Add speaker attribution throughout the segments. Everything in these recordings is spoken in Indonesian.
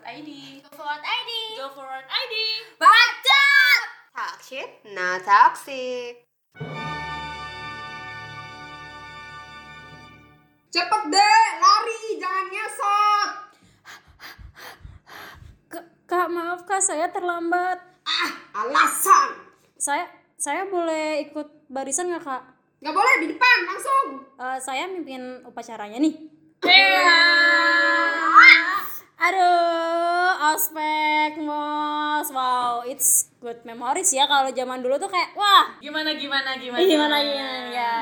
Speaker 1: ID.
Speaker 2: Go forward ID.
Speaker 1: Go forward ID.
Speaker 2: Bacot.
Speaker 3: toxic, not toxic.
Speaker 4: Cepet deh, lari, jangan ngesot.
Speaker 5: Kak, maaf Kak, saya terlambat.
Speaker 4: Ah, alasan.
Speaker 5: Saya saya boleh ikut barisan nggak Kak?
Speaker 4: Gak boleh di depan, langsung.
Speaker 5: Eh, saya mimpin upacaranya nih. Aduh, ospek mos. Wow, it's good memories ya kalau zaman dulu tuh kayak wah,
Speaker 1: Gimana gimana gimana?
Speaker 5: Iya,
Speaker 2: Iya,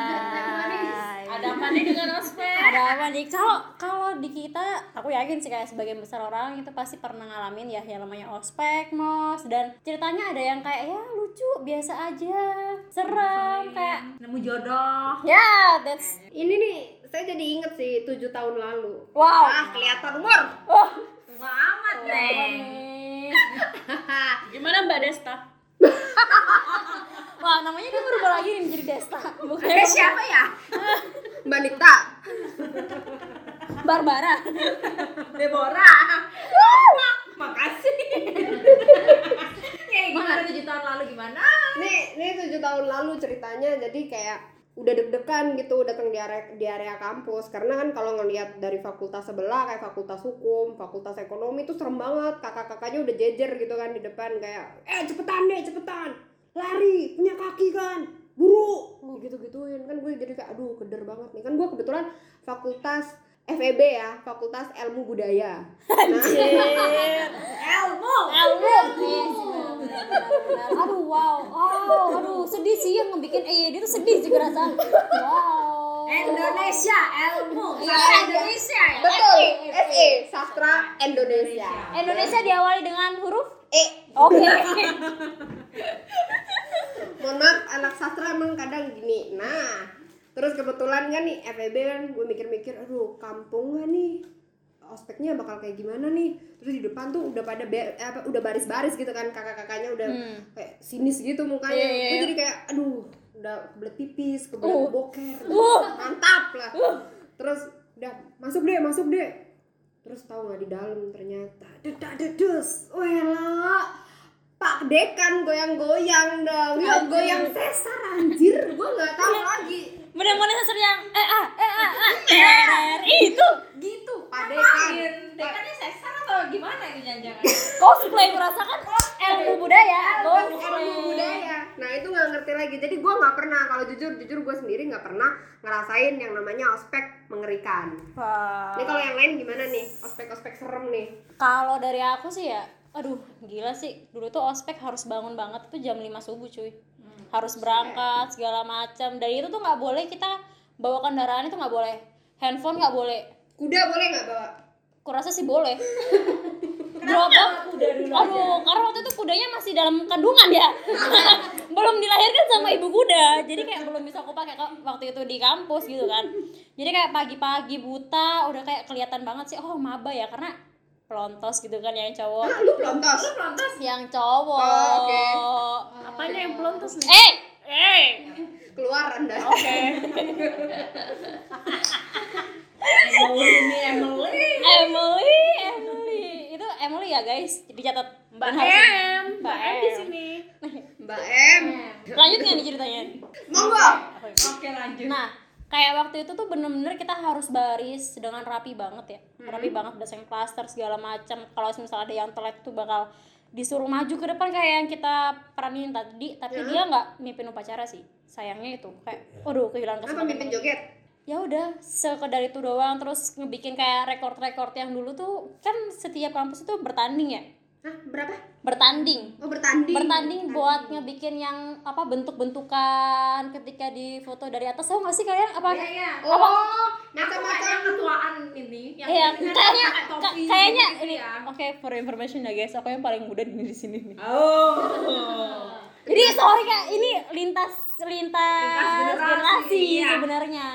Speaker 5: gimana ya.
Speaker 1: Ada apa nih dengan ospek?
Speaker 5: Ada apa nih? Kalau kalau di kita, aku yakin sih kayak sebagian besar orang itu pasti pernah ngalamin ya yang namanya ospek mos dan ceritanya ada yang kayak ya lucu biasa aja, serem kayak
Speaker 1: Nemu jodoh.
Speaker 5: ya that's
Speaker 4: Ini nih, saya jadi inget sih 7 tahun lalu.
Speaker 5: wow.
Speaker 4: Ah, kelihatan umur.
Speaker 1: Tua amat nih.
Speaker 5: Nih.
Speaker 1: Gimana Mbak Desta?
Speaker 5: Wah, namanya dia berubah lagi nih menjadi Desta. Bukan
Speaker 4: Eh, siapa ya? Mbak Nita.
Speaker 5: Barbara.
Speaker 4: Deborah.
Speaker 1: Makasih. Kayak Eh, gimana tujuh tahun lalu gimana?
Speaker 4: Nih, nih 7 tahun lalu ceritanya jadi kayak udah deg-degan gitu datang di area di area kampus karena kan kalau ngelihat dari fakultas sebelah kayak fakultas hukum, fakultas ekonomi itu serem banget kakak-kakaknya udah jejer gitu kan di depan kayak eh cepetan deh cepetan lari punya kaki kan buru Oh, gitu-gituin kan gue jadi kayak aduh keder banget nih kan gue kebetulan fakultas FEB ya fakultas ilmu budaya Nah,
Speaker 5: Elmo. Aduh, wow. Wow, aduh, sedih sih yang ngebikin EYD itu sedih juga rasanya. Wow.
Speaker 2: Indonesia ilmu.
Speaker 4: Iya,
Speaker 2: Indonesia. ya?
Speaker 4: betul SE sastra Indonesia
Speaker 5: Indonesia diawali dengan huruf
Speaker 4: E
Speaker 5: Oke.
Speaker 4: mohon maaf anak sastra emang kadang gini nah terus kebetulan kan nih FEB kan gue mikir-mikir aduh kampung gak nih ospeknya bakal kayak gimana nih terus di depan tuh udah pada be- eh, apa, udah baris-baris gitu kan kakak-kakaknya udah kayak sinis gitu mukanya
Speaker 5: Iya, iya,
Speaker 4: gue
Speaker 5: iya.
Speaker 4: jadi kayak aduh udah kebelet pipis kebelet
Speaker 5: Uh.
Speaker 4: boker
Speaker 5: Uh.
Speaker 4: mantap lah terus udah masuk deh masuk deh terus tahu nggak di dalam ternyata dedak dedus wela pak dekan goyang-goyang dong ya goyang sesar anjir gue nggak tahu lagi
Speaker 5: Mudah-mudahan sesar yang eh ah eh ah ah RR Iya, itu
Speaker 4: gitu pak dekan
Speaker 2: Dekannya sesar atau gimana itu jangan-jangan?
Speaker 5: cosplay merasakan ilmu budaya.
Speaker 4: Ilmu- ilmu budaya nah itu nggak ngerti lagi jadi gue nggak pernah kalau jujur jujur gue sendiri nggak pernah ngerasain yang namanya ospek mengerikan ini kalau yang lain gimana nih ospek ospek serem nih
Speaker 5: Kalau dari aku sih ya, aduh gila sih. Dulu tuh ospek harus bangun banget tuh jam 5 subuh cuy. Harus berangkat segala macam. Dan itu tuh nggak boleh kita bawa kendaraan itu nggak boleh. Handphone nggak boleh.
Speaker 4: kuda boleh nggak bawa
Speaker 5: Kurasa sih boleh. Gerobak kuda dulu. Aduh, karena waktu itu kudanya masih dalam kandungan ya. belum dilahirkan sama ibu kuda. Jadi kayak belum bisa aku pakai kok waktu itu di kampus gitu kan. Jadi kayak pagi-pagi buta udah kayak kelihatan banget sih oh maba ya karena pelontos gitu kan yang cowok.
Speaker 4: ah lu pelontos
Speaker 5: yang cowok.
Speaker 4: Oh, oke.
Speaker 1: Apanya yang pelontos nih?
Speaker 5: Eh,
Speaker 1: Eh.
Speaker 4: keluar anda
Speaker 1: Emily nih Emily.
Speaker 5: Emily, Emily. Itu Emily ya, guys. Dicatat.
Speaker 1: Mbak
Speaker 5: Dan harus-
Speaker 1: Em. Mbak Em di sini.
Speaker 4: mbak M
Speaker 5: Lanjut nggak nih ceritanya?
Speaker 4: monggo
Speaker 2: Oke lanjut.
Speaker 5: Nah, kayak waktu itu tuh bener-bener kita harus baris dengan rapi banget ya. Rapi banget berdasarkan klaster segala macam. Kalau misalnya ada yang telat tuh bakal disuruh maju ke depan kayak yang kita peranin tadi, tapi dia nggak mimpin upacara sih. Sayangnya itu kayak waduh kehilangan
Speaker 4: apa
Speaker 5: kesempatan.
Speaker 4: mimpin joget
Speaker 5: ya udah sekedar itu doang terus ngebikin kayak rekor-rekor yang dulu tuh kan setiap kampus itu bertanding ya
Speaker 4: Hah, berapa?
Speaker 5: bertanding
Speaker 4: Oh, bertanding.
Speaker 5: bertanding buat ngebikin yang apa bentuk-bentukan ketika di foto dari atas tahu nggak sih kalian apa
Speaker 2: Iya, iya.
Speaker 4: Oh,
Speaker 2: Aku kayaknya
Speaker 4: macam-macam.
Speaker 2: ketuaan ini yang
Speaker 5: Iya,
Speaker 2: ini kan
Speaker 5: kayaknya
Speaker 2: pakai topi
Speaker 5: ka- kayaknya
Speaker 2: gitu
Speaker 5: ini.
Speaker 2: ya.
Speaker 5: Oke, for information ya guys, aku yang paling muda di di sini nih.
Speaker 1: Oh.
Speaker 5: Jadi sorry Kak, ini lintas lintas,
Speaker 2: Lintas generasi,
Speaker 5: generasi
Speaker 2: iya.
Speaker 5: sebenarnya.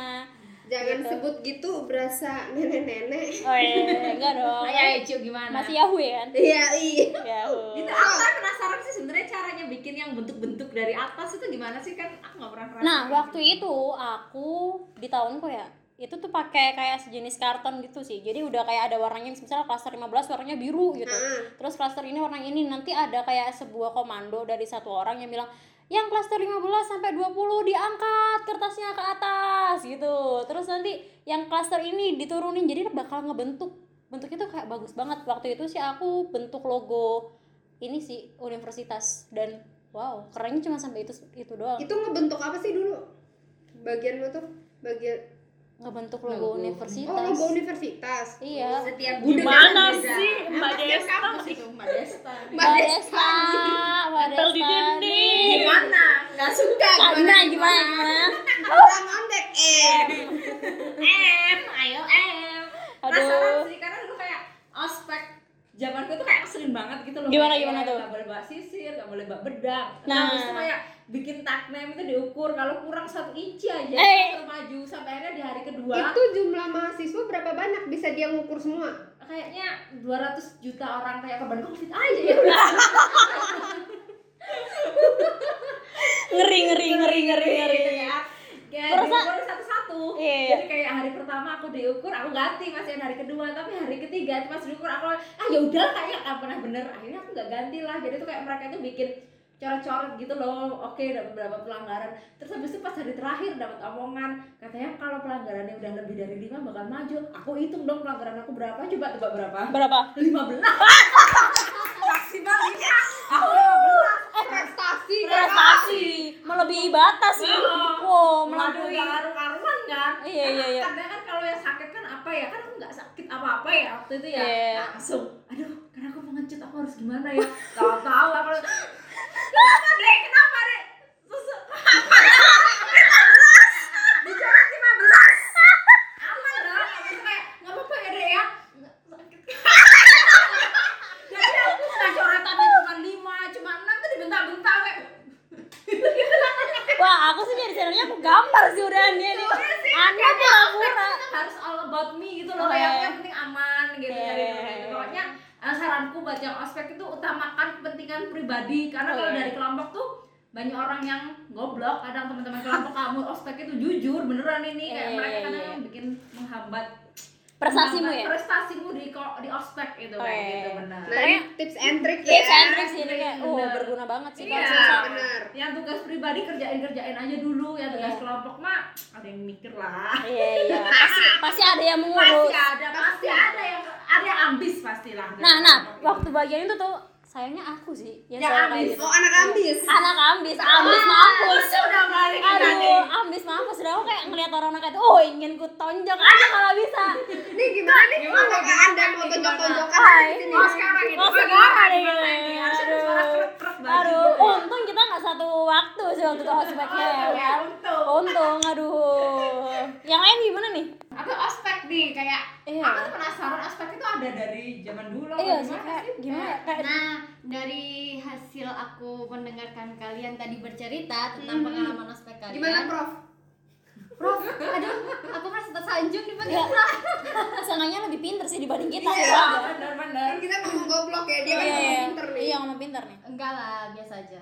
Speaker 4: Jangan sebut gitu berasa nenek-nenek.
Speaker 5: Oh iya, enggak dong.
Speaker 2: Ayo, ayo, Cio, gimana?
Speaker 5: Masih Yahoo ya kan?
Speaker 4: Iya, iya.
Speaker 5: Yahoo.
Speaker 2: Itu aku kan penasaran sih sebenarnya caranya bikin yang bentuk-bentuk dari atas itu gimana sih kan aku nggak pernah
Speaker 5: Nah, waktu itu aku di tahunku ya, itu tuh pakai kayak sejenis karton gitu sih jadi udah kayak ada warnanya misalnya klaster 15 warnanya biru gitu
Speaker 4: Nah,
Speaker 5: terus klaster ini warnanya ini nanti ada kayak sebuah komando dari satu orang yang bilang yang klaster 15 sampai 20 diangkat kertasnya ke atas gitu terus nanti yang klaster ini diturunin jadi bakal ngebentuk bentuknya tuh kayak bagus banget waktu itu sih aku bentuk logo ini sih universitas dan wow kerennya cuma sampai itu itu doang
Speaker 4: itu ngebentuk apa sih dulu bagian lu tuh bagian
Speaker 5: ngebentuk logo,
Speaker 2: Logo.
Speaker 4: oh
Speaker 5: universitas
Speaker 4: logo universitas
Speaker 5: iya
Speaker 2: Setiap
Speaker 1: Gimana
Speaker 2: bidang beda.
Speaker 1: sih,
Speaker 2: Emang
Speaker 1: Mbak
Speaker 2: setiap
Speaker 1: Desta?
Speaker 2: kampus itu Mbak Desta.
Speaker 5: Mbak Desta, Mbak
Speaker 1: Nempel di
Speaker 5: Desta
Speaker 1: dinding.
Speaker 5: nih.
Speaker 2: Gimana? Gak suka
Speaker 5: Kak, Gimana gimana gimana?
Speaker 4: orang ngondek eh
Speaker 2: M, ayo M. Penasaran
Speaker 5: Aduh.
Speaker 2: sih karena dulu kayak ospek zamanku tuh kayak keselin banget gitu loh.
Speaker 5: Gimana,
Speaker 2: Kayak
Speaker 5: gimana tuh?
Speaker 2: Gak boleh bawa sisir, gak boleh bawa bedak. Nah,
Speaker 5: Nah.
Speaker 2: habis itu kayak bikin taknem itu diukur kalau kurang satu inci aja
Speaker 5: Eh.
Speaker 2: langsung maju sampai akhirnya di hari kedua
Speaker 4: itu jumlah mahasiswa berapa banyak bisa dia ngukur semua
Speaker 2: kayaknya 200 juta orang kayak korban covid aja ya udah.
Speaker 5: Ngeri ngeri ngeri ngeri ngeri.
Speaker 2: Gitu ya. Kayak
Speaker 5: Terus,
Speaker 2: diukur satu-satu.
Speaker 5: Iya.
Speaker 2: Jadi kayak hari pertama aku diukur, aku ganti masih ada hari kedua, tapi hari ketiga itu pas diukur aku ah ya udah kayaknya nggak pernah bener. Akhirnya aku nggak ganti lah. Jadi tuh kayak mereka itu bikin coret-coret gitu loh oke dapat beberapa pelanggaran terus habis itu pas hari terakhir dapat omongan katanya kalau pelanggarannya udah lebih dari lima bakal maju aku hitung dong pelanggaran aku berapa coba tebak berapa
Speaker 5: Berapa?
Speaker 2: 15 maksimal ya aku 15
Speaker 4: prestasi
Speaker 5: Prestasi melebihi batas sih. Wow,
Speaker 2: Waduh,
Speaker 5: melampaui.
Speaker 2: nggak karu-karuan kan?
Speaker 5: Iya,
Speaker 2: Karena-
Speaker 5: iya, iya.
Speaker 2: Karena kan kalau yang sakit kan apa ya? Kan aku nggak sakit apa-apa ya waktu itu ya.
Speaker 5: Iya.
Speaker 2: Langsung, aduh, karena aku pengecut, aku harus gimana ya? Tahu-tahu aku Kenapa deh? Kenapa deh? Terus bicara 15. Aman dong, Terus kayak nggak apa-apa ya deh ya. Jadi aku nggak coretannya cuma lima, cuma enam tuh dibentak-bentak kayak gitu.
Speaker 5: Wah, aku sih dari channelnya aku gambar sih udah nih. nih. Aneh pura-pura.
Speaker 2: harus all about me gitu loh
Speaker 5: Oke.
Speaker 2: kayak yang penting aman gitu
Speaker 5: Iya,
Speaker 2: dari
Speaker 5: iya,
Speaker 2: dari-
Speaker 5: iya.
Speaker 2: pokoknya eh, saranku buat yang ospek itu utamakan kepentingan pribadi karena kalau
Speaker 5: Oke.
Speaker 2: dari kelompok tuh banyak orang yang goblok kadang teman-teman kelompok kamu ospek itu jujur beneran ini kayak
Speaker 5: Iya,
Speaker 2: mereka
Speaker 5: iya,
Speaker 2: kadang
Speaker 5: iya.
Speaker 2: yang bikin menghambat
Speaker 5: Prestasimu
Speaker 2: menghambat
Speaker 5: ya.
Speaker 2: prestasimu di ko- di ospek itu kayak
Speaker 5: Oke.
Speaker 2: gitu benar
Speaker 4: nah
Speaker 5: Pokoknya-
Speaker 4: ini tips and trick ya
Speaker 5: Tips and tricks Iya, ini kayak oh
Speaker 2: Bener.
Speaker 5: berguna banget sih
Speaker 2: Iya.
Speaker 5: kalau
Speaker 4: Nah,
Speaker 5: bisa.
Speaker 4: benar
Speaker 2: yang Ya, tugas pribadi kerjain kerjain aja dulu yang tugas
Speaker 5: Iya.
Speaker 2: kelompok mah ada yang mikir lah
Speaker 5: Iya, iya. Pasti pasti ada yang mengurus.
Speaker 2: pasti ada pasti ada yang ada yang ambis pastilah
Speaker 5: Nah, nah, waktu bagian itu tuh sayangnya aku sih yang
Speaker 2: Yang
Speaker 5: salah kayak
Speaker 2: ambis.
Speaker 5: gitu.
Speaker 4: oh anak ambis
Speaker 5: Anak ambis, ambis mampus.
Speaker 2: udah balik lagi
Speaker 5: Aduh, ambis mampus. Udah aku kayak ngeliat orang anak itu, oh ingin ku tonjok aja kalau bisa.
Speaker 4: ini gimana nih
Speaker 2: Gimana,
Speaker 4: gimana
Speaker 2: gimana,
Speaker 4: anda mau
Speaker 2: gimana?
Speaker 4: tonjok-tonjokan di sini
Speaker 2: oh sekarang ini
Speaker 5: Oh,
Speaker 2: Gimana
Speaker 5: sekarang
Speaker 2: nih,
Speaker 5: ini.
Speaker 2: gimana nih? Harusnya ada suara krek-krek baju
Speaker 5: Aduh,
Speaker 2: gitu ya.
Speaker 5: untung kita nggak satu waktu sih waktu itu ospeknya ya.
Speaker 2: Oh, ya,
Speaker 5: kan?
Speaker 2: untung.
Speaker 5: Untung, aduh. Yang lain gimana nih?
Speaker 2: aku ospek nih kayak
Speaker 5: Iya.
Speaker 2: aku tuh penasaran ospek itu ada dari zaman dulu
Speaker 5: Iya
Speaker 2: apa
Speaker 5: sih
Speaker 2: gimana
Speaker 5: kayak
Speaker 2: sih?
Speaker 5: gimana ya? Kayak
Speaker 6: Nah, dari hasil aku mendengarkan kalian tadi bercerita tentang
Speaker 4: Mhm.
Speaker 6: pengalaman ospek kalian.
Speaker 4: gimana prof
Speaker 6: Prof? Aduh, aku merasa tersanjung dipanggil
Speaker 5: Ya.
Speaker 6: Prof.
Speaker 5: seenggaknya lebih pinter sih dibanding kita
Speaker 2: Iya,
Speaker 5: ya.
Speaker 2: benar-benar.
Speaker 4: kan kita ngomong goblok ya dia kan
Speaker 5: Iya,
Speaker 4: ngomong
Speaker 5: iya.
Speaker 4: pinter nih
Speaker 5: Iya, ngomong pinter nih.
Speaker 6: Enggak lah, biasa aja.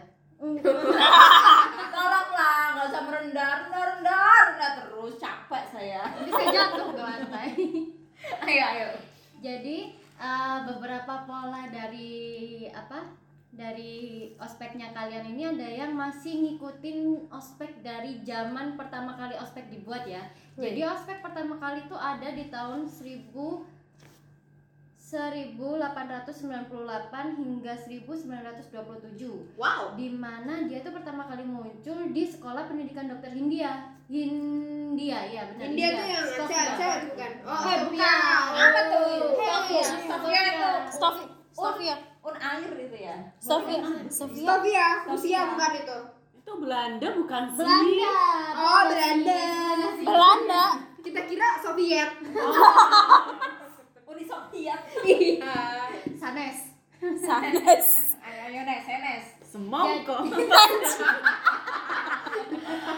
Speaker 2: Tolonglah, nggak usah merendah, rendah, rendah, rendah terus capek saya.
Speaker 6: Bisa jatuh ke lantai.
Speaker 2: Ayo, ayo.
Speaker 6: Jadi, eh, beberapa pola dari apa? Dari ospeknya kalian ini ada yang masih ngikutin ospek dari zaman pertama kali ospek dibuat ya. Jadi ospek pertama kali itu ada di tahun 1000 1898 hingga 1927
Speaker 2: Wow.
Speaker 6: di mana dia tuh pertama kali muncul di sekolah pendidikan dokter Hindia Hindia ya benar
Speaker 4: India tuh yang
Speaker 6: Sofia.
Speaker 4: aceh-aceh bukan oh
Speaker 6: Iya.
Speaker 2: Eh,
Speaker 4: Sofia
Speaker 2: bukan. Apa tuh?
Speaker 6: Sofia.
Speaker 2: Sofia itu.
Speaker 5: Stop, Sofia,
Speaker 2: Un air itu ya.
Speaker 5: Sofia, Sofia.
Speaker 4: Sofia Rusia bukan itu
Speaker 1: Itu Belanda bukan sih?
Speaker 6: Belanda
Speaker 4: oh Belanda
Speaker 5: Belanda.
Speaker 4: kita kira Soviet
Speaker 2: Uni Soviet.
Speaker 6: Sanes
Speaker 5: Sanes.
Speaker 2: Ayo, ayo, Nes, ayo, Nes.
Speaker 1: Semongko.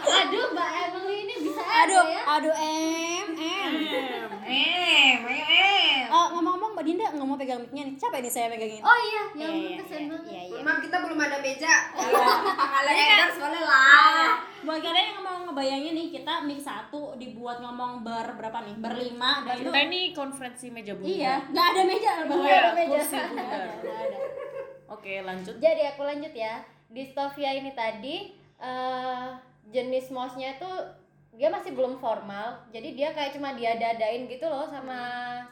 Speaker 6: aduh Mbak Emily ini bisa aja
Speaker 5: Aduh,
Speaker 6: ya
Speaker 5: aduh em, em.
Speaker 1: Em.
Speaker 2: Eh, ayo, eh.
Speaker 5: Eh, ngomong-ngomong Mbak Dinda nggak mau pegang mic-nya nih. Capek nih saya pegangin.
Speaker 6: Oh iya,
Speaker 5: Iya,
Speaker 6: yang
Speaker 5: iya,
Speaker 6: kesian
Speaker 5: iya,
Speaker 6: banget.
Speaker 5: Iya, iya.
Speaker 4: Maaf kita belum ada meja.
Speaker 2: Kalian endorse boleh lah.
Speaker 5: kan Iya, Buat kalian yang mau ngebayangin nih kita mix satu dibuat ngomong ber berapa nih? Berlima dan itu
Speaker 7: Kita ini konferensi meja bundar.
Speaker 5: iya, nggak ada meja loh
Speaker 6: Nggak ada meja.
Speaker 7: kursi
Speaker 5: Nggak
Speaker 7: bundar.
Speaker 5: ada, nggak ada.
Speaker 7: Oke, lanjut.
Speaker 6: Iya. Jadi aku lanjut ya. Dystopia ini tadi eh jenis mouse-nya tuh dia masih belum formal. Jadi dia kayak cuma diada-adain gitu loh sama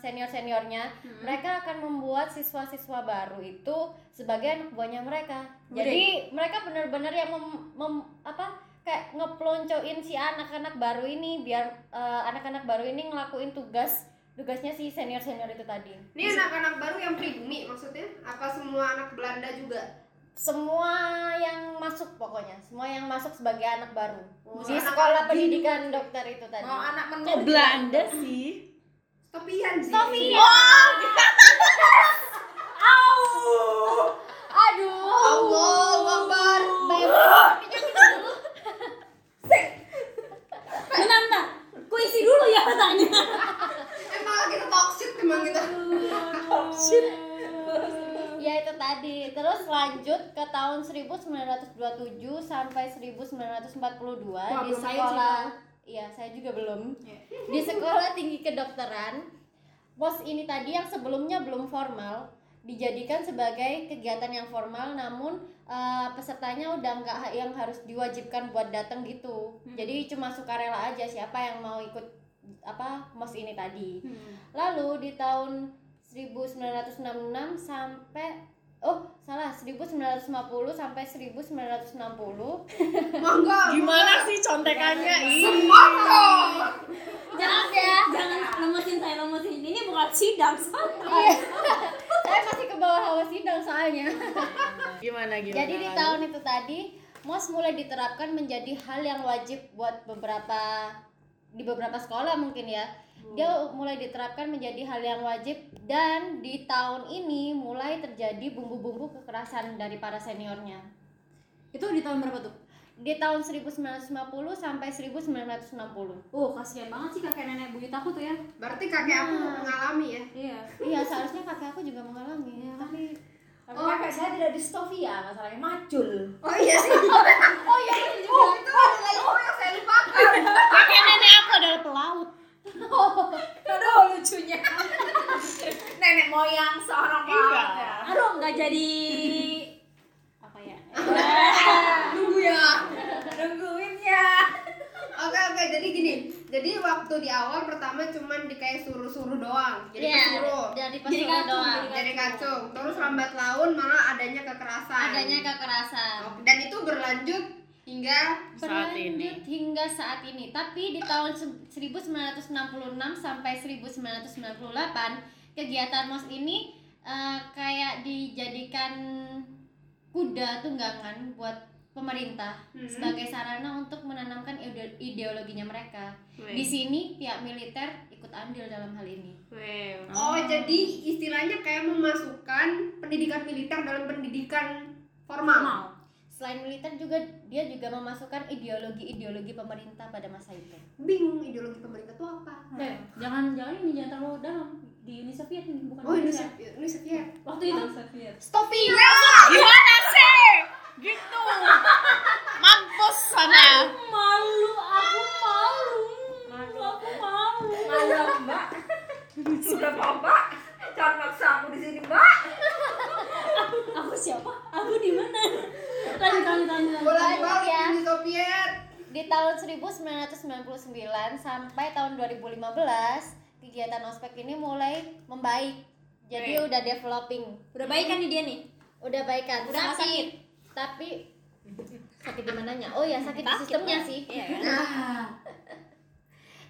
Speaker 6: senior-seniornya. Mereka akan membuat siswa-siswa baru itu sebagai anak buahnya mereka. Jadi mereka benar-benar yang mem, mem- apa kayak ngeploncoin si anak-anak baru ini biar eh, anak-anak baru ini ngelakuin tugas tugasnya si senior-senior itu tadi.
Speaker 4: Ini anak-anak baru yang pribumi maksudnya? Apa semua anak Belanda juga?
Speaker 6: semua yang masuk pokoknya semua yang masuk sebagai anak baru
Speaker 4: Oh, anak
Speaker 6: di
Speaker 4: Oh,
Speaker 6: sekolah
Speaker 4: anjing.
Speaker 6: pendidikan dokter itu tadi
Speaker 2: Mau anak menu.
Speaker 7: Kok Belanda sih?
Speaker 4: Stopian sih.
Speaker 5: Iya.
Speaker 6: Sofia aduh
Speaker 4: Ya Allah Akbar.
Speaker 5: Bentar, bentar. Ku isi dulu ya pertanyaan.
Speaker 4: Emang kita toxic emang kita.
Speaker 6: ya itu tadi terus lanjut ke tahun 1927 sampai 1942
Speaker 4: Wah,
Speaker 6: di
Speaker 4: belum main sih, Iya.
Speaker 6: sekolah iya saya juga belum di sekolah tinggi kedokteran pos ini tadi yang sebelumnya belum formal dijadikan sebagai kegiatan yang formal namun eh, pesertanya udah nggak ha- yang harus diwajibkan buat datang gitu
Speaker 4: Hmm.
Speaker 6: jadi cuma sukarela aja siapa yang mau ikut apa mos ini tadi Lalu di tahun 1966 sampai oh salah 1950 sampai 1960
Speaker 4: Monggo.
Speaker 7: Gimana sih contekannya? Ih.
Speaker 4: Monggo.
Speaker 6: jelas ya
Speaker 5: Jangan lemesin saya lemesin. Ini bukan sidang. santai.
Speaker 6: Iya. saya masih ke bawah hawa sidang soalnya
Speaker 7: Gimana gimana?
Speaker 6: jadi di tahun itu tadi MOS mulai diterapkan menjadi hal yang wajib buat beberapa di beberapa sekolah mungkin ya
Speaker 7: Hmm.
Speaker 6: dia mulai diterapkan menjadi hal yang wajib dan di tahun ini mulai terjadi bumbu-bumbu kekerasan dari para seniornya
Speaker 5: Itu di tahun berapa tuh?
Speaker 6: di tahun 1950 sampai 1960.
Speaker 5: Oh, kasihan banget sih kakek nenek buyut aku tuh ya.
Speaker 4: Berarti kakek aku
Speaker 6: Nah.
Speaker 4: mengalami ya.
Speaker 5: Iya.
Speaker 6: Iya, seharusnya kakak aku juga mengalami ya. Tapi
Speaker 2: Tapi
Speaker 5: Oh.
Speaker 2: kakak saya tidak distofia, masalahnya macul.
Speaker 4: Oh iya sih.
Speaker 6: oh iya bener juga.
Speaker 4: Itu
Speaker 5: gitu.
Speaker 4: ada lagi oh yang saya lupakan.
Speaker 7: kakek nenek aku adalah pelaut.
Speaker 2: Aduh lucunya. Nenek moyang seorang
Speaker 7: Iya.
Speaker 2: pelaut.
Speaker 5: Aduh, nggak jadi apa ya?
Speaker 4: Nunggu ya.
Speaker 2: Nungguin ya.
Speaker 4: Oke oke jadi gini. Jadi waktu di awal pertama cuman di kayak suruh-suruh doang. Jadi
Speaker 6: Iya,
Speaker 4: suruh.
Speaker 6: dari
Speaker 5: Jadi
Speaker 6: pasukan
Speaker 5: kacung,
Speaker 6: doang.
Speaker 5: jadi
Speaker 4: Jadi kacung. Terus lambat laun malah adanya kekerasan.
Speaker 6: Adanya kekerasan.
Speaker 4: Oke, Dan itu berlanjut hingga
Speaker 7: Oh, Saat ini.
Speaker 6: Berlanjut hingga saat ini. Tapi di tahun se- 1966 sampai 1998 kegiatan MOS ini eh, kayak dijadikan kuda tunggangan buat pemerintah
Speaker 4: Mhm.
Speaker 7: Hmm.
Speaker 6: sebagai sarana untuk menanamkan ide- ideologinya mereka. Di sini pihak militer ikut andil dalam hal ini.
Speaker 4: Oh, jadi istilahnya kayak memasukkan pendidikan militer dalam pendidikan formal.
Speaker 5: Mau.
Speaker 6: Selain militer juga dia juga memasukkan ideologi-ideologi pemerintah pada masa itu.
Speaker 4: Bingung ideologi pemerintah itu apa?
Speaker 5: Eh, jangan jangan ini jangan terlalu dalam di Uni Soviet ini bukan
Speaker 4: Oh, ini
Speaker 5: Indonesia.
Speaker 4: Soviet, ini Soviet.
Speaker 5: Waktu itu
Speaker 4: Stopia.
Speaker 7: Ya, Gitu. Mampus sana.
Speaker 5: malu, aku malu. Aku malu.
Speaker 2: Malam mbak. Sudah apa mbak? Jangan maksa aku di sini mbak.
Speaker 5: Aku siapa? Aku di mana? Lanjut lanjut lanjut. lanjut.
Speaker 4: Boleh
Speaker 6: Lanjut
Speaker 4: balik
Speaker 6: ya.
Speaker 4: ini Soviet.
Speaker 6: Di tahun 1999 sampai tahun 2015, kegiatan ospek ini mulai membaik. Jadi udah developing,
Speaker 5: Udah baik kan nih dia nih?
Speaker 6: udah baikan.
Speaker 5: Udah
Speaker 6: Sama sakit. Tapi sakit di mananya? Oh ya, sakit di
Speaker 5: Sakit
Speaker 6: sistemnya
Speaker 5: lah.
Speaker 6: sih.
Speaker 5: Iya.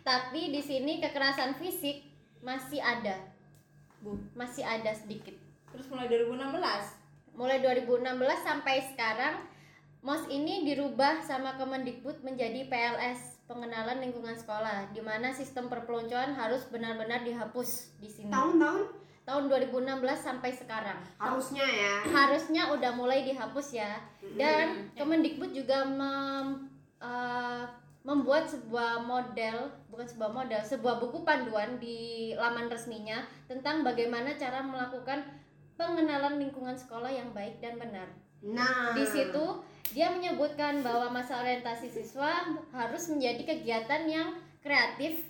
Speaker 6: Tapi di sini kekerasan fisik masih ada.
Speaker 5: Bu.
Speaker 6: Masih ada sedikit.
Speaker 2: Terus mulai 2016.
Speaker 6: mulai 2016 sampai sekarang MOS ini dirubah sama Kemendikbud menjadi PLS pengenalan lingkungan sekolah di mana sistem perpeloncoan harus benar-benar dihapus di sini
Speaker 4: Tahun-tahun
Speaker 6: tahun 2016 sampai sekarang
Speaker 4: harusnya ya.
Speaker 6: harusnya udah mulai dihapus ya dan Kemendikbud juga mem- eh, membuat sebuah model bukan sebuah model sebuah buku panduan di laman resminya tentang bagaimana cara melakukan pengenalan lingkungan sekolah yang baik dan benar.
Speaker 4: Ah.
Speaker 3: Nah,
Speaker 6: Di situ dia menyebutkan bahwa masa orientasi siswa harus menjadi kegiatan yang kreatif,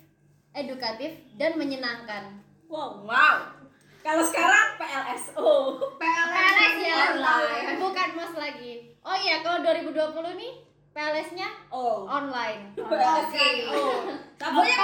Speaker 6: edukatif dan menyenangkan.
Speaker 2: Wow. Wow. Kalau sekarang PLSO.
Speaker 6: PLS ya
Speaker 2: Online.
Speaker 6: bukan mas lagi. Oh iya kalau 2020 nih PLS-nya
Speaker 2: Oh.
Speaker 6: online.
Speaker 2: Oke. Sabunnya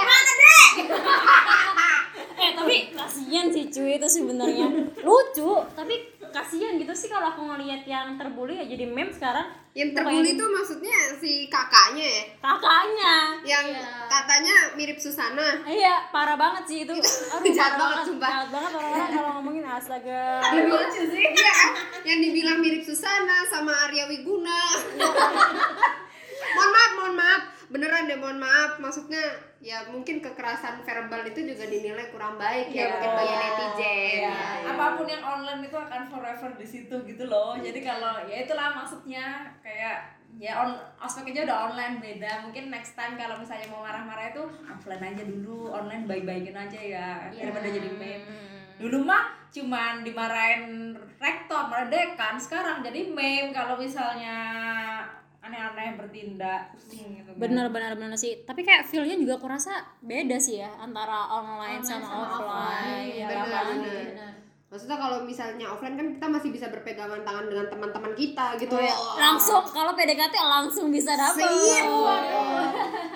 Speaker 5: eh tapi kasihan sih cuy itu sebenarnya lucu tapi kasihan gitu sih kalau aku ngelihat yang terbully ya jadi meme sekarang
Speaker 4: Yang terbuli itu maksudnya si kakaknya ya,
Speaker 5: kakaknya
Speaker 4: yang
Speaker 6: Iya.
Speaker 4: katanya mirip Susana.
Speaker 5: Iya, parah banget sih itu. Aduh,
Speaker 4: jahat
Speaker 5: parah
Speaker 4: banget, sumpah.
Speaker 5: Jahat banget orang-orang kalau ngomongin astaga.
Speaker 4: Dibilang, iya kan? Yang dibilang mirip Susana sama Arya Wiguna. mohon maaf, mohon maaf. Beneran deh, mohon maaf. Maksudnya ya mungkin kekerasan verbal itu juga dinilai kurang baik ya,
Speaker 2: Iya.
Speaker 4: mungkin bagi
Speaker 2: Iya.
Speaker 4: netizen.
Speaker 2: Ya,
Speaker 5: iya.
Speaker 2: apapun yang online itu akan forever di situ gitu loh. Jadi kalau ya itulah maksudnya kayak ya on aspek aja udah online beda. Mungkin next time kalau misalnya mau marah-marah itu offline aja dulu, online baik-baikin aja ya
Speaker 5: Iya.
Speaker 2: daripada jadi meme. Dulu mah cuman dimarahin rektor, marahin dekan, sekarang jadi meme kalau misalnya aneh-aneh bertindak pusing gitu. kan.
Speaker 5: Bener bener bener sih. Tapi kayak feel-nya juga aku rasa beda sih ya antara online,
Speaker 6: Online
Speaker 5: sama,
Speaker 6: sama
Speaker 5: Oh, offline.
Speaker 6: offline.
Speaker 5: Iya,
Speaker 4: Bener,
Speaker 5: apaan?
Speaker 4: bener. Maksudnya kalau misalnya offline kan kita masih bisa berpegangan tangan dengan teman-teman kita gitu
Speaker 5: Iya,
Speaker 4: loh.
Speaker 5: Langsung kalau PDKT langsung bisa dapet.
Speaker 4: Sip.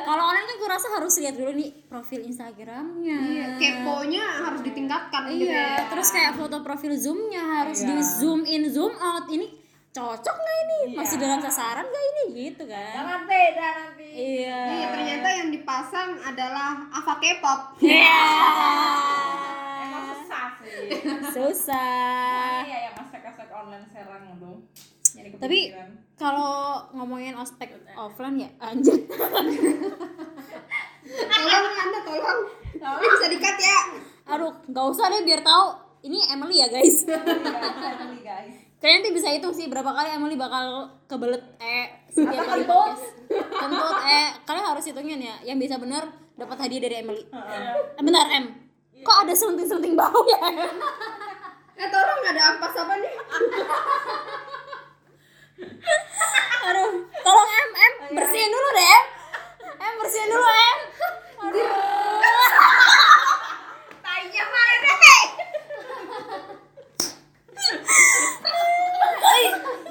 Speaker 5: Kalau online kan aku rasa harus lihat dulu nih profil Instagramnya.
Speaker 4: Iya, keponya harus ditingkatkan gitu
Speaker 5: Iya,
Speaker 4: ya.
Speaker 5: terus kayak foto profil zoomnya harus
Speaker 2: Iya.
Speaker 5: di zoom in zoom out ini cocok nggak ini masih dalam sasaran nggak ini gitu kan
Speaker 2: Jangan beda nanti.
Speaker 5: iya
Speaker 4: Iya, ternyata yang dipasang adalah apa K-pop.
Speaker 2: Emang susah sih.
Speaker 5: Ah. susah
Speaker 2: Iya yang aspek-aspek online serang itu. Jadi
Speaker 5: Nah. Tapi,
Speaker 2: kepikiran.
Speaker 5: kalau ngomongin ospek offline ya anjir
Speaker 4: tolong Anda tolong. Ini bisa dikat ya.
Speaker 5: aduh nggak usah deh biar tahu ini Emily ya guys
Speaker 2: Iya, family guys.
Speaker 5: kalian nanti bisa hitung sih berapa kali Emily bakal kebelet eh setiap kali kentut kentut eh kalian harus hitungin ya yang bisa bener dapat hadiah dari Emily Eh, benar Em kok ada sunting-sunting bau ya Em?
Speaker 4: Eh tolong ada ampas apa nih?
Speaker 5: aduh tolong Em Em bersihin dulu deh Em Em bersihin dulu Em
Speaker 4: Tainya mana deh?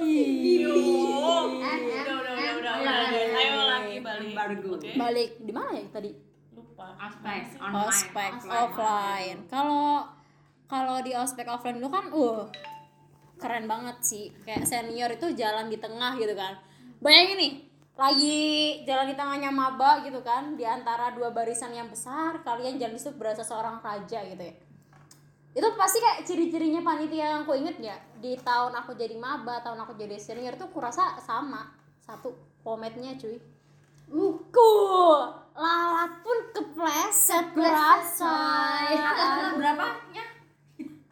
Speaker 2: Iya.
Speaker 7: Udah, udah, udah, udah, udah, udah. Ayo lagi balik. Oke.
Speaker 5: balik di mana ya tadi
Speaker 7: Lupa.
Speaker 2: Aspek online.
Speaker 5: ospek offline kalau kalau di ospek offline dulu kan uh keren banget sih kayak senior itu jalan di tengah gitu kan bayangin nih lagi jalan di tengahnya maba gitu kan di antara dua barisan yang besar kalian jalan di situ berasa seorang raja gitu ya itu pasti kayak ciri-cirinya panitia yang aku inget ya di tahun aku jadi maba tahun aku jadi senior tuh kurasa sama satu pometnya cuy Ku lalat pun kepleset kurasa
Speaker 2: Berapa? Ya.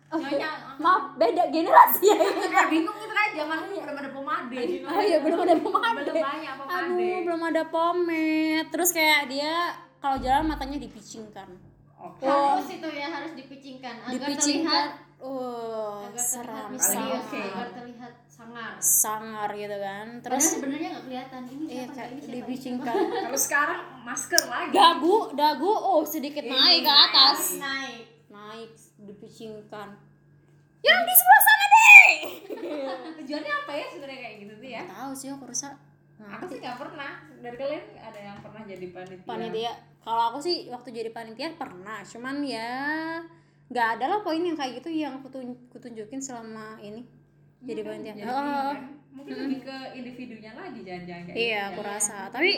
Speaker 2: Nyonya.
Speaker 5: maaf beda generasi ya
Speaker 2: Kita bingung kita kan zaman dulu belum ada pomade.
Speaker 5: oh iya belum ada pomade
Speaker 2: Belum banyak pomade.
Speaker 5: aduh belum ada pomade terus kayak dia kalau jalan matanya kan. dipicingkan
Speaker 2: Oke.
Speaker 6: Harus itu ya harus dipicingkan agar terlihat
Speaker 5: Oh. dipicingkan kan. oh
Speaker 6: agar terlihat
Speaker 5: seram
Speaker 6: misterius,
Speaker 2: Oke.
Speaker 6: agar terlihat sangar.
Speaker 5: sangar gitu kan
Speaker 6: Terus
Speaker 5: terus
Speaker 6: sebenarnya nggak kelihatan ini
Speaker 5: iya
Speaker 6: siapa,
Speaker 5: kayak
Speaker 6: ini siapa, ini siapa.
Speaker 5: dipicingkan
Speaker 2: Kalau sekarang masker lagi.
Speaker 5: dagu dagu oh sedikit naik ke atas
Speaker 6: Naik.
Speaker 5: naik dipicingkan yang di sebelah sana deh
Speaker 2: Tujuannya apa ya sebenarnya kayak gitu tuh ya?
Speaker 5: tahu sih aku rasa
Speaker 2: Aku sih nggak pernah. Dari kalian ada yang pernah jadi panitia?
Speaker 5: panitia kalau aku sih waktu jadi panitia pernah cuman ya nggak ada lah poin yang kayak gitu yang aku tun- aku tunjukin selama ini jadi panitia
Speaker 2: Iya kan? Jadi,
Speaker 5: Oh, oh, oh.
Speaker 2: Mungkin lebih ke individunya lagi jangan-jangan kayak
Speaker 5: iya
Speaker 2: gitu
Speaker 5: aku
Speaker 2: ya.
Speaker 5: rasa tapi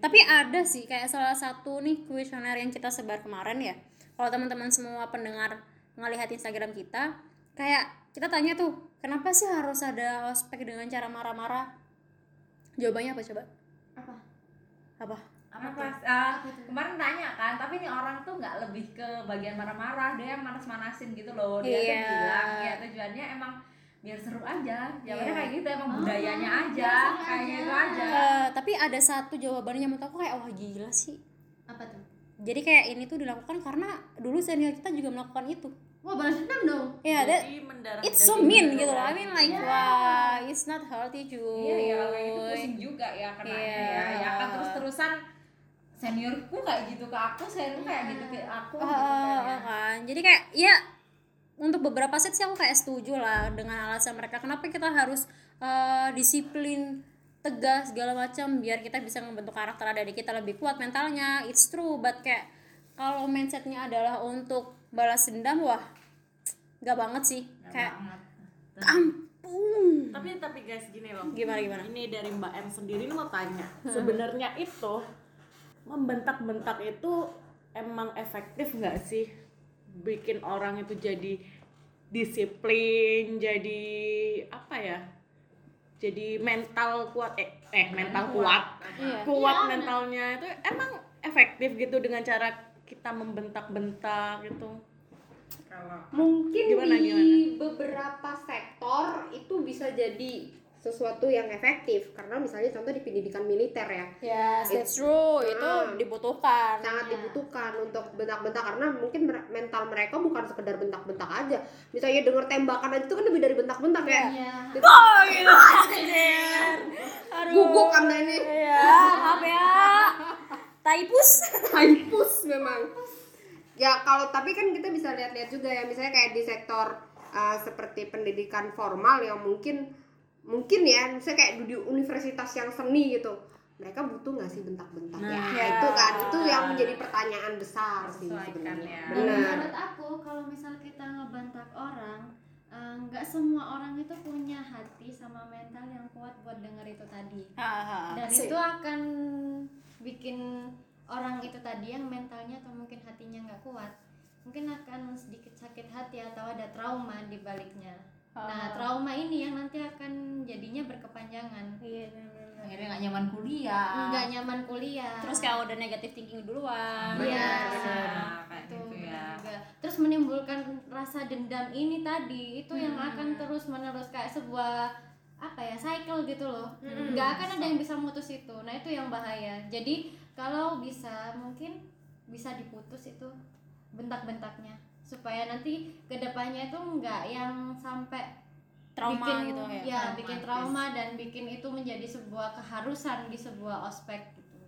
Speaker 5: tapi ada sih kayak salah satu nih kuesioner yang kita sebar kemarin ya kalau teman-teman semua pendengar ngelihat Instagram kita kayak kita tanya tuh kenapa sih harus ada ospek dengan cara marah-marah jawabannya apa coba
Speaker 6: Apa?
Speaker 5: apa
Speaker 2: apa pas ah, kemarin tanya kan tapi ini orang tuh nggak lebih ke bagian marah-marah dia yang manas-manasin gitu loh dia tuh
Speaker 5: Iya.
Speaker 2: bilang ya tujuannya emang biar seru aja zamannya
Speaker 1: Iya.
Speaker 2: kayak gitu emang
Speaker 6: Oh,
Speaker 2: budayanya
Speaker 5: iya,
Speaker 2: aja
Speaker 6: biar seru
Speaker 2: kayaknya
Speaker 6: aja.
Speaker 2: itu aja
Speaker 5: Eh, tapi ada satu jawabannya yang menurut aku kayak wah gila sih.
Speaker 6: apa tuh
Speaker 5: Jadi kayak ini tuh dilakukan karena dulu senior kita juga melakukan itu.
Speaker 6: wah balas dendam dong
Speaker 5: Ya, that,
Speaker 7: Jadi mendarah
Speaker 5: it's so
Speaker 7: daging
Speaker 5: mean
Speaker 7: gitu
Speaker 5: gitu loh.
Speaker 7: kan.
Speaker 5: I mean like wah, it's not healthy cuy.
Speaker 2: iya ya kayak gitu pusing juga ya karena
Speaker 5: Iya.
Speaker 2: ya, ya akan terus terusan seniorku kayak gitu ke aku senior kayak gitu ke aku gitu
Speaker 5: Oh,
Speaker 2: kayaknya.
Speaker 5: kan. Jadi kayak ya untuk beberapa set sih aku kayak setuju lah dengan alasan mereka kenapa kita harus eh, disiplin tegas segala macam biar kita bisa membentuk karakter dari kita lebih kuat mentalnya it's true but kayak kalau mindsetnya adalah untuk balas dendam wah nggak banget sih kayak kampung
Speaker 7: tapi tapi guys gini loh
Speaker 5: Gimana, gimana?
Speaker 7: ini dari mbak M sendiri ini mau tanya sebenarnya itu membentak-bentak itu emang efektif nggak sih bikin orang itu jadi disiplin jadi apa ya jadi mental kuat eh, eh mental kuat
Speaker 5: Iya.
Speaker 7: kuat
Speaker 6: Iya,
Speaker 7: mentalnya itu emang efektif gitu dengan cara kita membentak-bentak gitu
Speaker 4: mungkin
Speaker 7: Gimana,
Speaker 4: di
Speaker 7: gimana?
Speaker 4: beberapa sektor itu bisa jadi sesuatu yang efektif karena misalnya contoh di pendidikan militer ya
Speaker 5: yes that's true itu
Speaker 4: Hmm.
Speaker 5: dibutuhkan
Speaker 4: sangat
Speaker 6: Iya.
Speaker 4: dibutuhkan untuk bentak-bentak karena mungkin mer- mental mereka bukan sekedar bentak-bentak aja misalnya denger tembakan aja itu kan lebih dari bentak-bentak ya
Speaker 6: iya
Speaker 4: Gitu. guguk kan ini
Speaker 5: ya maaf ya taipus
Speaker 4: Haipus memang ya kalau tapi kan kita bisa lihat-lihat juga ya misalnya kayak di sektor uh, seperti pendidikan formal yang mungkin mungkin ya misalnya kayak di universitas yang seni gitu mereka butuh nggak sih bentak-bentak
Speaker 2: Nah,
Speaker 4: ya
Speaker 5: ya.
Speaker 4: itu kan itu yang menjadi pertanyaan besar sih
Speaker 2: iya. Sesuaikan
Speaker 4: sebenarnya
Speaker 2: ya.
Speaker 6: Dan
Speaker 4: benar
Speaker 6: Nah, menurut aku kalau misal kita ngebantak orang eh, nggak semua orang itu punya hati sama mental yang kuat buat denger itu tadi dan itu akan bikin orang itu tadi yang mentalnya atau mungkin hatinya nggak kuat mungkin akan sedikit sakit hati atau ada trauma di baliknya nah trauma ini yang nanti akan jadinya berkepanjangan
Speaker 2: akhirnya nggak nyaman kuliah
Speaker 6: nggak nyaman kuliah
Speaker 5: terus kayak udah negative thinking duluan
Speaker 6: Iya.
Speaker 2: Nah, kayak
Speaker 6: Itu
Speaker 2: gitu
Speaker 6: benar
Speaker 2: ya
Speaker 6: juga. Terus menimbulkan rasa dendam ini tadi itu
Speaker 5: Hmm.
Speaker 6: yang akan terus menerus kayak sebuah apa ya cycle gitu loh.
Speaker 5: Hmm.
Speaker 6: Nggak akan ada yang bisa mutus itu. Nah itu yang bahaya. Jadi kalau bisa mungkin bisa diputus itu bentak-bentaknya supaya nanti kedepannya itu nggak yang sampai
Speaker 5: trauma
Speaker 6: bikin,
Speaker 5: gitu ya.
Speaker 6: ya bikin trauma dan bikin itu menjadi sebuah keharusan di sebuah ospek gitu.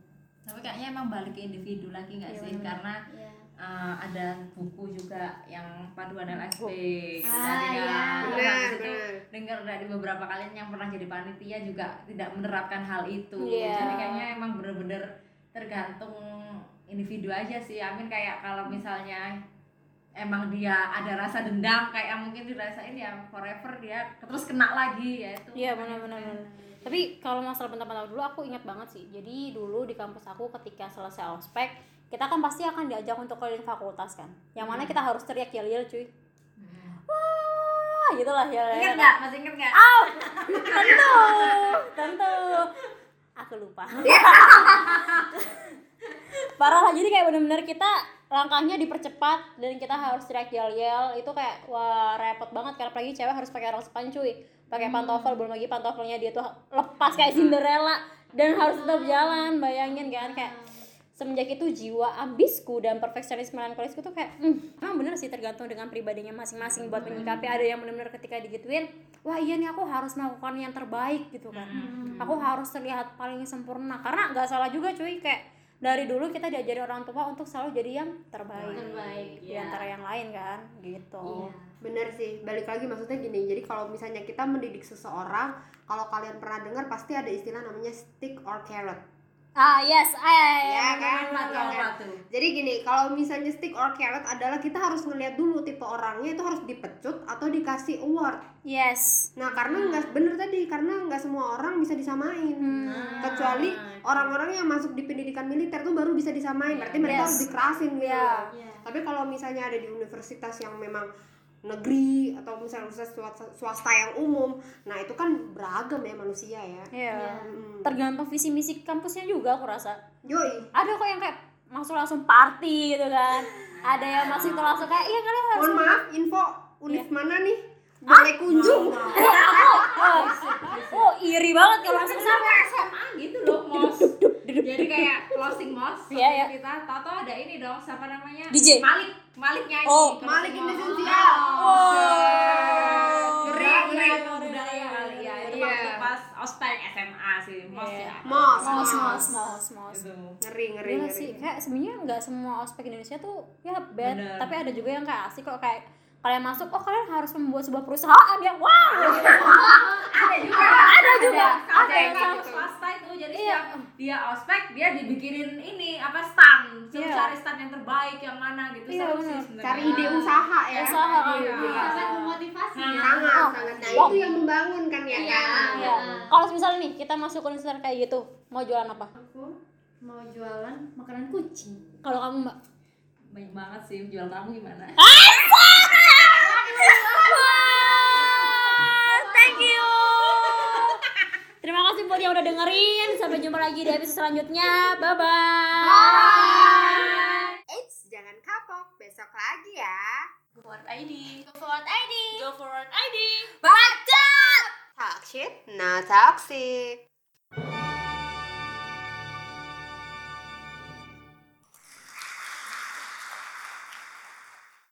Speaker 2: tapi kayaknya emang balik ke individu lagi nggak sih karena
Speaker 6: Iya.
Speaker 2: eh, ada buku juga yang paduan LSP gitu
Speaker 6: Ah,
Speaker 2: tadi kan.
Speaker 6: iya.
Speaker 2: Terus
Speaker 4: Benar,
Speaker 2: habis itu
Speaker 4: benar.
Speaker 2: dengar dari beberapa kalian yang pernah jadi panitia juga tidak menerapkan hal itu
Speaker 5: Iya.
Speaker 2: jadi kayaknya emang bener-bener tergantung individu aja sih Amin kayak kalau misalnya emang dia ada rasa dendam kayak yang mungkin dirasain ya forever dia terus kena lagi ya itu
Speaker 5: Iya benar-benar. benar. Tapi kalau masalah bentak-bentak dulu aku ingat banget sih. Jadi dulu di kampus aku ketika selesai ospek, kita kan pasti akan diajak untuk keliling fakultas kan. Yang mana kita harus teriak yel-yel cuy. Wah, gitulah ya.
Speaker 2: inget nggak masih inget nggak
Speaker 5: Tentu, tentu. Aku lupa. Parah lah, jadi kayak bener-bener kita langkahnya dipercepat dan kita harus teriak yel-yel itu kayak wah repot banget karena apalagi cewek harus pakai rospan cuy pakai pantofel belum lagi pantofelnya dia tuh lepas kayak Cinderella dan harus tetap jalan bayangin kan kayak semenjak itu jiwa ambisku dan perfeksionisme melankolisku tuh kayak hmm, emang bener sih tergantung dengan pribadinya masing-masing buat menyikapi ada yang bener-bener ketika digituin wah iya nih aku harus melakukan yang terbaik gitu kan aku harus terlihat paling sempurna karena nggak salah juga cuy kayak dari dulu kita diajari orang tua untuk selalu jadi yang terbaik,
Speaker 6: Terbaik, ya.
Speaker 5: di antara yang lain kan gitu
Speaker 6: Iya.
Speaker 4: Bener sih, balik lagi maksudnya gini. Jadi kalau misalnya kita mendidik seseorang, kalau kalian pernah dengar pasti ada istilah namanya stick or carrot.
Speaker 5: ah yes ay, ay,
Speaker 2: Eh,
Speaker 5: ay,
Speaker 4: Ya kan?
Speaker 2: Apa tuh,
Speaker 4: Ya kan?
Speaker 2: apa tuh?
Speaker 4: Jadi gini, kalau misalnya stick or carrot adalah kita harus ngeliat dulu tipe orangnya itu harus dipecut atau dikasih award.
Speaker 5: yes
Speaker 4: Nah karena nggak bener tadi, karena nggak semua orang bisa disamain. Kecuali orang-orang yang masuk di pendidikan militer tuh baru bisa disamain. Berarti mereka
Speaker 5: Yes.
Speaker 4: harus dikerasin gitu.
Speaker 5: Iya.
Speaker 6: Iya.
Speaker 4: Tapi kalau misalnya ada di universitas yang memang negeri atau misalnya universitas swasta, swasta yang umum, nah itu kan beragam ya manusia ya.
Speaker 5: Iya.
Speaker 6: Iya.
Speaker 4: Mm.
Speaker 5: tergantung visi misi kampusnya juga aku rasa
Speaker 4: Yoi,
Speaker 5: ada kok yang kayak masuk langsung party gitu kan ada yang masuk itu langsung kayak iya kalian harus
Speaker 4: mohon maaf info univ mana nih? boleh kunjung
Speaker 2: iya.
Speaker 5: Oh, iri banget kalau langsung sama.
Speaker 2: SMA gitu loh mos jadi kayak closing mos
Speaker 5: Iya, iya.
Speaker 2: kita tato ada ini dong siapa namanya
Speaker 5: DJ.
Speaker 2: Malik Malik Oh. nyanyi
Speaker 5: Oh,
Speaker 2: Kalau
Speaker 4: Malik
Speaker 2: semua-
Speaker 4: Indonesia.
Speaker 2: Oh,
Speaker 4: Ngeri, ngeri.
Speaker 2: budaya kali ya itu
Speaker 4: Iya.
Speaker 2: waktu pas ospek SMA sih mos ya
Speaker 4: mos
Speaker 5: Small, small, small, small.
Speaker 2: Itu.
Speaker 4: ngeri ngeri
Speaker 5: Gila
Speaker 4: ngeri.
Speaker 5: Iya sih, kayak sebenarnya nggak semua ospek Indonesia tuh ya bad,
Speaker 2: Bener.
Speaker 5: tapi ada juga yang kayak asik kok kayak kalian masuk, oh kalian harus membuat sebuah perusahaan ya, wow,
Speaker 2: ada juga
Speaker 5: ada juga,
Speaker 2: ada
Speaker 5: ada
Speaker 2: yang
Speaker 5: yang
Speaker 2: kampus swasta itu jadi
Speaker 5: Iya.
Speaker 2: setiap dia ospek dia dibikinin ini apa stand Suruh
Speaker 5: Iya.
Speaker 2: cari stand yang terbaik yang mana gitu
Speaker 5: Iya,
Speaker 2: seru sih
Speaker 5: bener.
Speaker 2: sebenarnya.
Speaker 4: Cari ide usaha ya.
Speaker 5: usaha kan.
Speaker 2: Iya.
Speaker 6: sangat memotivasi ya
Speaker 4: Sangat sangat. Nah itu yang membangun kan ya
Speaker 6: Iya.
Speaker 4: kan.
Speaker 5: Iya. Kalau misalnya nih kita masuk konser kayak gitu, mau jualan apa?
Speaker 6: aku mau jualan makanan kucing
Speaker 5: Kalau kamu mbak?
Speaker 2: banyak banget sih jual kamu gimana
Speaker 5: Thank you. Terima kasih buat yang udah dengerin. Sampai jumpa lagi di episode selanjutnya. Bye-bye. bye bye
Speaker 4: Eits jangan kapok besok lagi ya.
Speaker 3: Baca! Talk shit, not toxic.